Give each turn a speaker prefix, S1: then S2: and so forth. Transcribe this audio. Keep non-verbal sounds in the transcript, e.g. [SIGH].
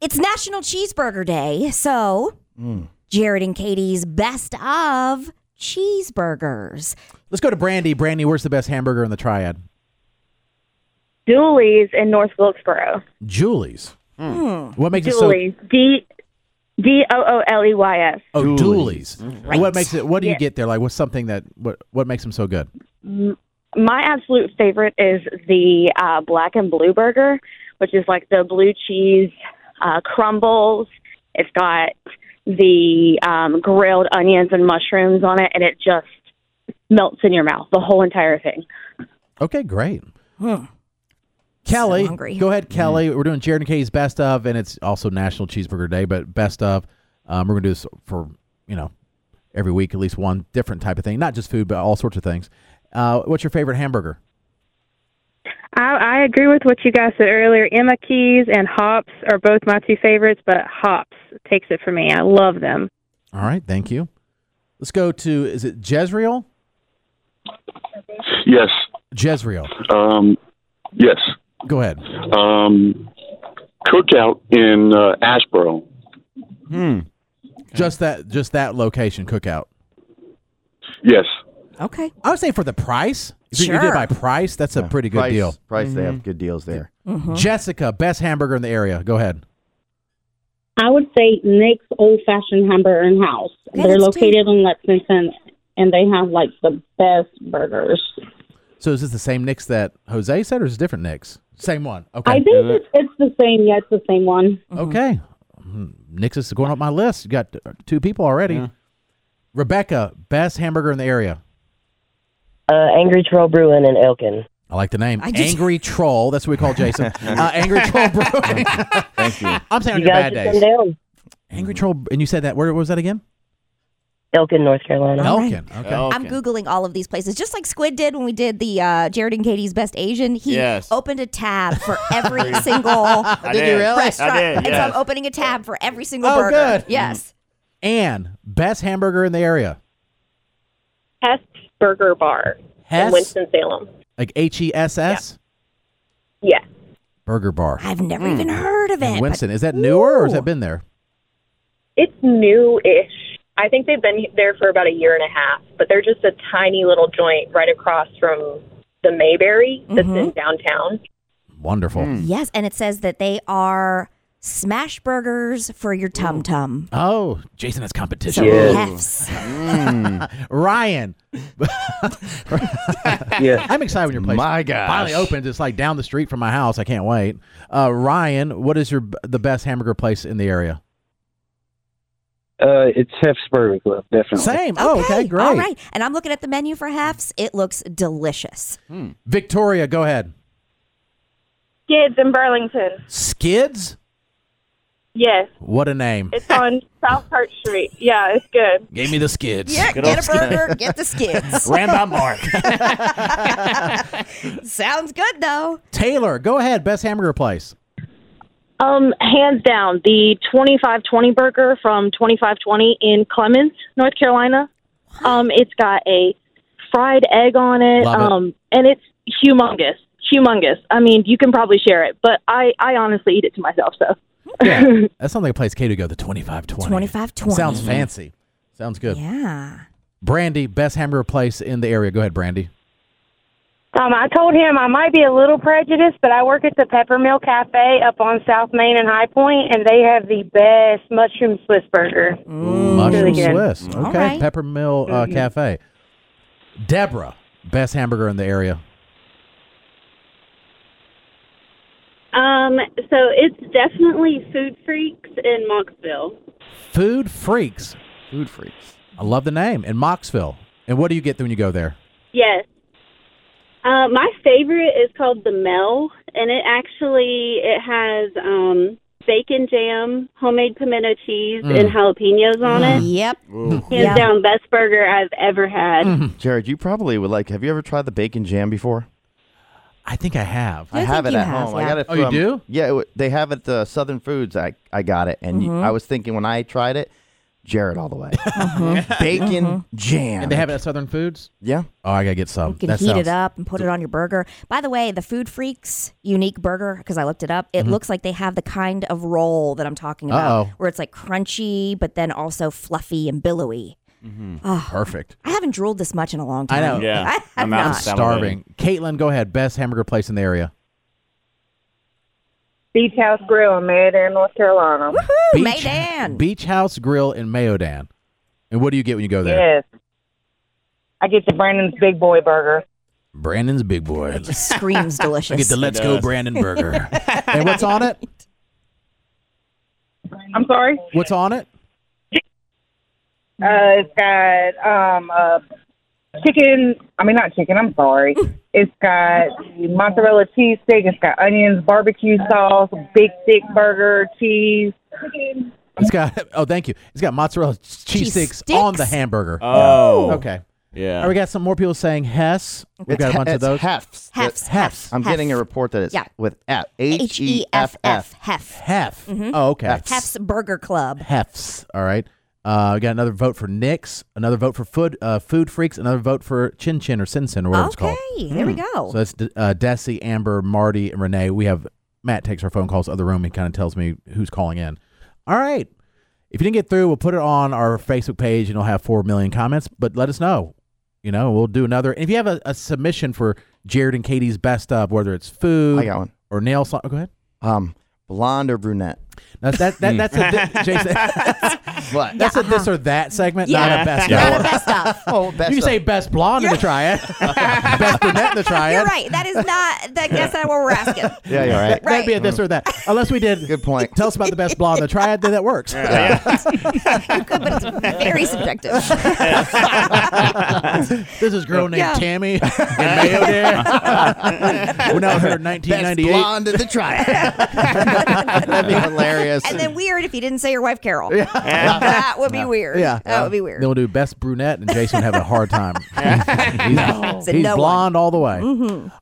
S1: It's National Cheeseburger Day, so Jared and Katie's best of cheeseburgers.
S2: Let's go to Brandy. Brandy, where's the best hamburger in the triad?
S3: Dooley's in North Wilkesboro.
S2: Julie's.
S1: Hmm.
S2: What makes it
S3: Dooley's. D D O O L E Y S.
S2: so? Oh, Dooley's. What makes it? What do you
S3: Yeah.
S2: get there? Like, what's something that? What What makes them so good?
S3: My absolute favorite is the uh, black and blue burger, which is like the blue cheese uh, crumbles. It's got the um, grilled onions and mushrooms on it, and it just melts in your mouth, the whole entire thing.
S2: Okay, great. Kelly,
S1: Hmm. So hungry.
S2: go ahead, Kelly. We're doing Jared and Katie's best of, and it's also National Cheeseburger Day, but best of. Um, we're gonna do this for you know every week, at least one different type of thing, not just food, but all sorts of things. Uh, what's your favorite hamburger?
S4: I, I agree with what you guys said earlier. Emma Keys and hops are both my two favorites, but hops takes it for me. I love them.
S2: All right, thank you. Let's go to is it Jezreel?
S5: Yes.
S2: Jezreel,
S5: Um, yes.
S2: go ahead.
S5: Um, cookout in uh, Ashboro.
S2: Just that, just that location cookout.
S5: Yes.
S1: Okay.
S2: I would say for the price, if you- you did
S1: Sure.
S2: by price, that's a pretty good
S6: price,
S2: deal.
S6: Price, they
S1: Mm-hmm.
S6: have good deals there.
S2: Jessica, best hamburger in the area. Go ahead.
S7: I would say Nick's Old Fashioned Hamburger and House.
S1: Yeah,
S7: They're
S1: that's good.
S7: located in Lexington, and they have like the best burgers.
S2: So is this the same Nick's that Jose said, or is it different Nick's? Same one. Okay. Mm-hmm.
S7: I think it's, it's the same. Yeah, it's the same one.
S2: Okay. Mm, Nick's is going up my list. You got uh, two people already. Rebecca, best hamburger in the area.
S8: Uh, Angry Troll Brewing in Elkin.
S2: I like the name.
S1: I just-
S2: Angry Troll. That's what we call Jason. uh, Angry Troll Brewing.
S6: Thank you.
S2: I'm saying on
S8: You
S2: your
S8: guys
S2: bad
S8: should come
S2: days.
S8: down.
S2: Angry Troll. And you said that. Where, where was that again?
S8: Elkin, North Carolina.
S1: All right.
S2: Elkin. Okay.
S1: I'm Googling all of these places, just like Squid did when we did the uh, Jared and Katie's Best Asian. He
S9: Yes.
S1: opened a tab
S9: [LAUGHS]
S1: for every single
S9: I did. you really?
S1: restaurant.
S9: I did.
S1: And so I'm
S9: Yes.
S1: opening a tab for every single
S2: Oh,
S1: burger.
S2: good.
S1: Yes.
S2: Anne, best hamburger in the area.
S3: Hess Burger Bar
S2: Hess?
S3: Salem.
S2: Like H E S S?
S3: Yeah.
S2: Burger Bar.
S1: I've never even
S9: Mm.
S1: heard of
S2: In
S1: it.
S2: Winston. Is that newer or has that been there?
S3: It's new ish. I think they've been there for about a year and a half, but they're just a tiny little joint right across from the Mayberry that's
S2: Mm-hmm.
S3: in downtown.
S2: Wonderful.
S6: Hmm.
S1: but- yes, and it says that they are smash burgers for your tum tum.
S2: Oh, Jason has
S1: So
S2: competition. Hmm.
S1: hefts.
S2: [LAUGHS] Ryan.
S6: Yeah.
S2: I'm excited when your place
S6: My gosh.
S2: finally opens. It's like down the street from my house. I can't wait. Uh, Ryan, what is your b- the best hamburger place in the area?
S10: Uh, it's Hef's Burger Club, definitely.
S2: Same. Oh, okay, great.
S1: All right. And I'm looking at the menu for hefts. It looks delicious.
S2: Victoria, go ahead.
S3: Kids in Burlington.
S2: Skids?
S3: Yes.
S2: What a name.
S3: It's [LAUGHS] on South Hart Street. Yeah, it's good.
S2: Gave me the skids.
S1: Yeah,
S9: old
S1: get a burger, [LAUGHS] get the
S2: [LAUGHS]
S1: skids.
S9: Ran
S3: [LAUGHS]
S9: by Mark.
S1: Sounds good though.
S2: Taylor, go ahead. Best hamburger place.
S3: Um, hands down, the twenty five twenty burger from twenty five twenty in Clemens, North Carolina. Um, it's got a fried egg on it.
S2: Love it.
S3: um and it's humongous. Humongous. I mean, you can probably share it, but I, I honestly eat it to myself, so
S2: Yeah. that sounds like a place K to go. The 2520.
S1: 2520.
S2: Sounds fancy. Sounds good.
S1: Yeah.
S2: Brandy, best hamburger place in the area. Go ahead, Brandy.
S4: Um, I told him I might be a little prejudiced, but I work at the Peppermill Cafe up on South Main and High Point, and they have the best mushroom Swiss burger.
S2: Mushroom
S4: good.
S2: Swiss. Okay.
S1: All right.
S2: Peppermill
S3: Mm-hmm.
S2: uh, Cafe. Deborah, best hamburger in the area.
S4: Um, so it's definitely Food Freaks in Moxville.
S2: Food Freaks.
S6: Food freaks.
S2: I love the name. In Moxville. And what do you get when you go there?
S4: Yes. Uh, my favorite is called the Mel, and it actually it has um, bacon jam, homemade pimento cheese, and jalapenos on it.
S1: Yep.
S4: Hands
S1: Mm. Yeah.
S4: down, best burger I've ever had.
S6: Jared, you probably would like. Have you ever tried the bacon jam before?
S2: I think I have.
S1: I
S6: I have
S1: think
S6: it
S1: you
S6: at
S1: have,
S6: home.
S1: yeah.
S6: I got it.
S2: Oh,
S6: From,
S2: you do?
S1: Mm-hmm.
S6: Yeah, it, w- they have it. The Southern Foods. I I got it, and you- I was thinking when I tried it, Jared all
S1: [LAUGHS]
S6: the way.
S1: Mm-hmm.
S6: [LAUGHS] Bacon jam.
S2: And they have it at Southern Foods.
S6: yeah.
S2: Oh, I gotta get some.
S1: You can
S2: That
S1: heat it
S2: sounds-
S1: up and put it on your burger. By the way, the Food Freaks unique burger, because I looked it up, it looks like they have the kind of roll that I'm talking about,
S2: Mm-hmm. Uh-oh.
S1: where it's like crunchy, but then also fluffy and billowy.
S2: Perfect.
S1: I haven't drooled this much in a long
S2: I
S1: time.
S2: know.
S9: Yeah,
S1: [LAUGHS] I have
S9: I'm
S1: not.
S9: out.
S2: I'm
S9: Salivating.
S2: starving. Caitlin, go ahead. Best hamburger place in the area.
S11: Beach House Grill in Maryland, North Carolina.
S1: Woo,
S2: Beach,
S1: Maydan.
S2: Beach House Grill in Mayodan. And what do you get when you go there?
S11: Yes. I get the Brandon's Big Boy Burger.
S2: Brandon's Big Boy.
S1: Just [LAUGHS] screams
S2: I
S1: delicious.
S2: get the Let's Go
S9: does.
S2: Brandon burger. [LAUGHS] and what's on it?
S11: I'm sorry.
S2: What's on it?
S11: Uh, it's got um uh, chicken. I mean, not chicken. I'm sorry. It's got the mozzarella cheese stick. It's got onions, barbecue sauce, big thick burger, cheese.
S2: It's got [LAUGHS] oh, thank you. It's got mozzarella cheese,
S1: Cheese
S2: sticks, on
S1: sticks?
S2: the hamburger.
S9: Oh.
S2: Okay.
S9: Yeah.
S2: All right, we got some more people saying Hess. We've
S6: It's
S2: got a
S6: he-
S2: bunch of
S6: it's
S2: those.
S6: Hefs.
S1: Hefs,
S6: It-
S1: hefs.
S6: I'm
S1: hefs.
S6: getting a report that it's
S1: Yeah.
S6: with F. H
S1: H E F F hef.
S2: Hef.
S1: Mm-hmm.
S2: Oh, okay.
S1: Hef's Burger Club.
S2: Hefs. All right. Uh, we got another vote for Nix, another vote for Food uh, Food Freaks, another vote for Chin Chin or Sin Sin or whatever it's
S1: Okay,
S2: called.
S1: there we go.
S2: So that's D- uh, Desi, Amber, Marty, and Renee. We have Matt takes our phone calls to the other room and kind of tells me who's calling in. All right. If you didn't get through, we'll put it on our Facebook page and it'll have 4 million comments, but let us know. You know, we'll do another. And if you have a, a submission for Jared and Katie's best of, whether it's food
S6: I got one.
S2: or nail salon, go ahead.
S6: Um, blonde or brunette?
S2: Now, that, that, that's a,
S6: [LAUGHS]
S2: di- Jason,
S6: What?
S2: that's a this or that segment, not
S1: uh-huh. Yeah.
S2: a
S1: [LAUGHS]
S2: best
S1: Not
S2: of.
S1: a best of.
S6: Oh, best
S2: you can
S6: of- [LAUGHS]
S2: say best blonde in the triad,
S1: [LAUGHS]
S2: best brunette in the triad.
S1: You're right. That is not. That, that's not what we're [LAUGHS] asking.
S6: Yeah, you're right.
S2: That'd be a this or that. Unless we did.
S6: Good point.
S2: Tell us about the best blonde in the triad, then that works.
S1: Good, but it's very [LAUGHS] subjective.
S2: This is a girl named
S1: Yeah. [LAUGHS]
S2: Tammy in Mayo there. [LAUGHS] we know her in
S6: Best
S2: 1998.
S6: blonde in the
S1: [LAUGHS]
S6: tribe. [LAUGHS] That'd be hilarious.
S1: And then weird if you didn't say your wife Carol. that would be weird.
S2: Yeah.
S1: that would be weird.
S2: Then we'll
S1: [LAUGHS]
S2: do best brunette, and Jason would have a hard time. he's
S1: Said
S2: he's
S1: no one.
S2: blonde all the way.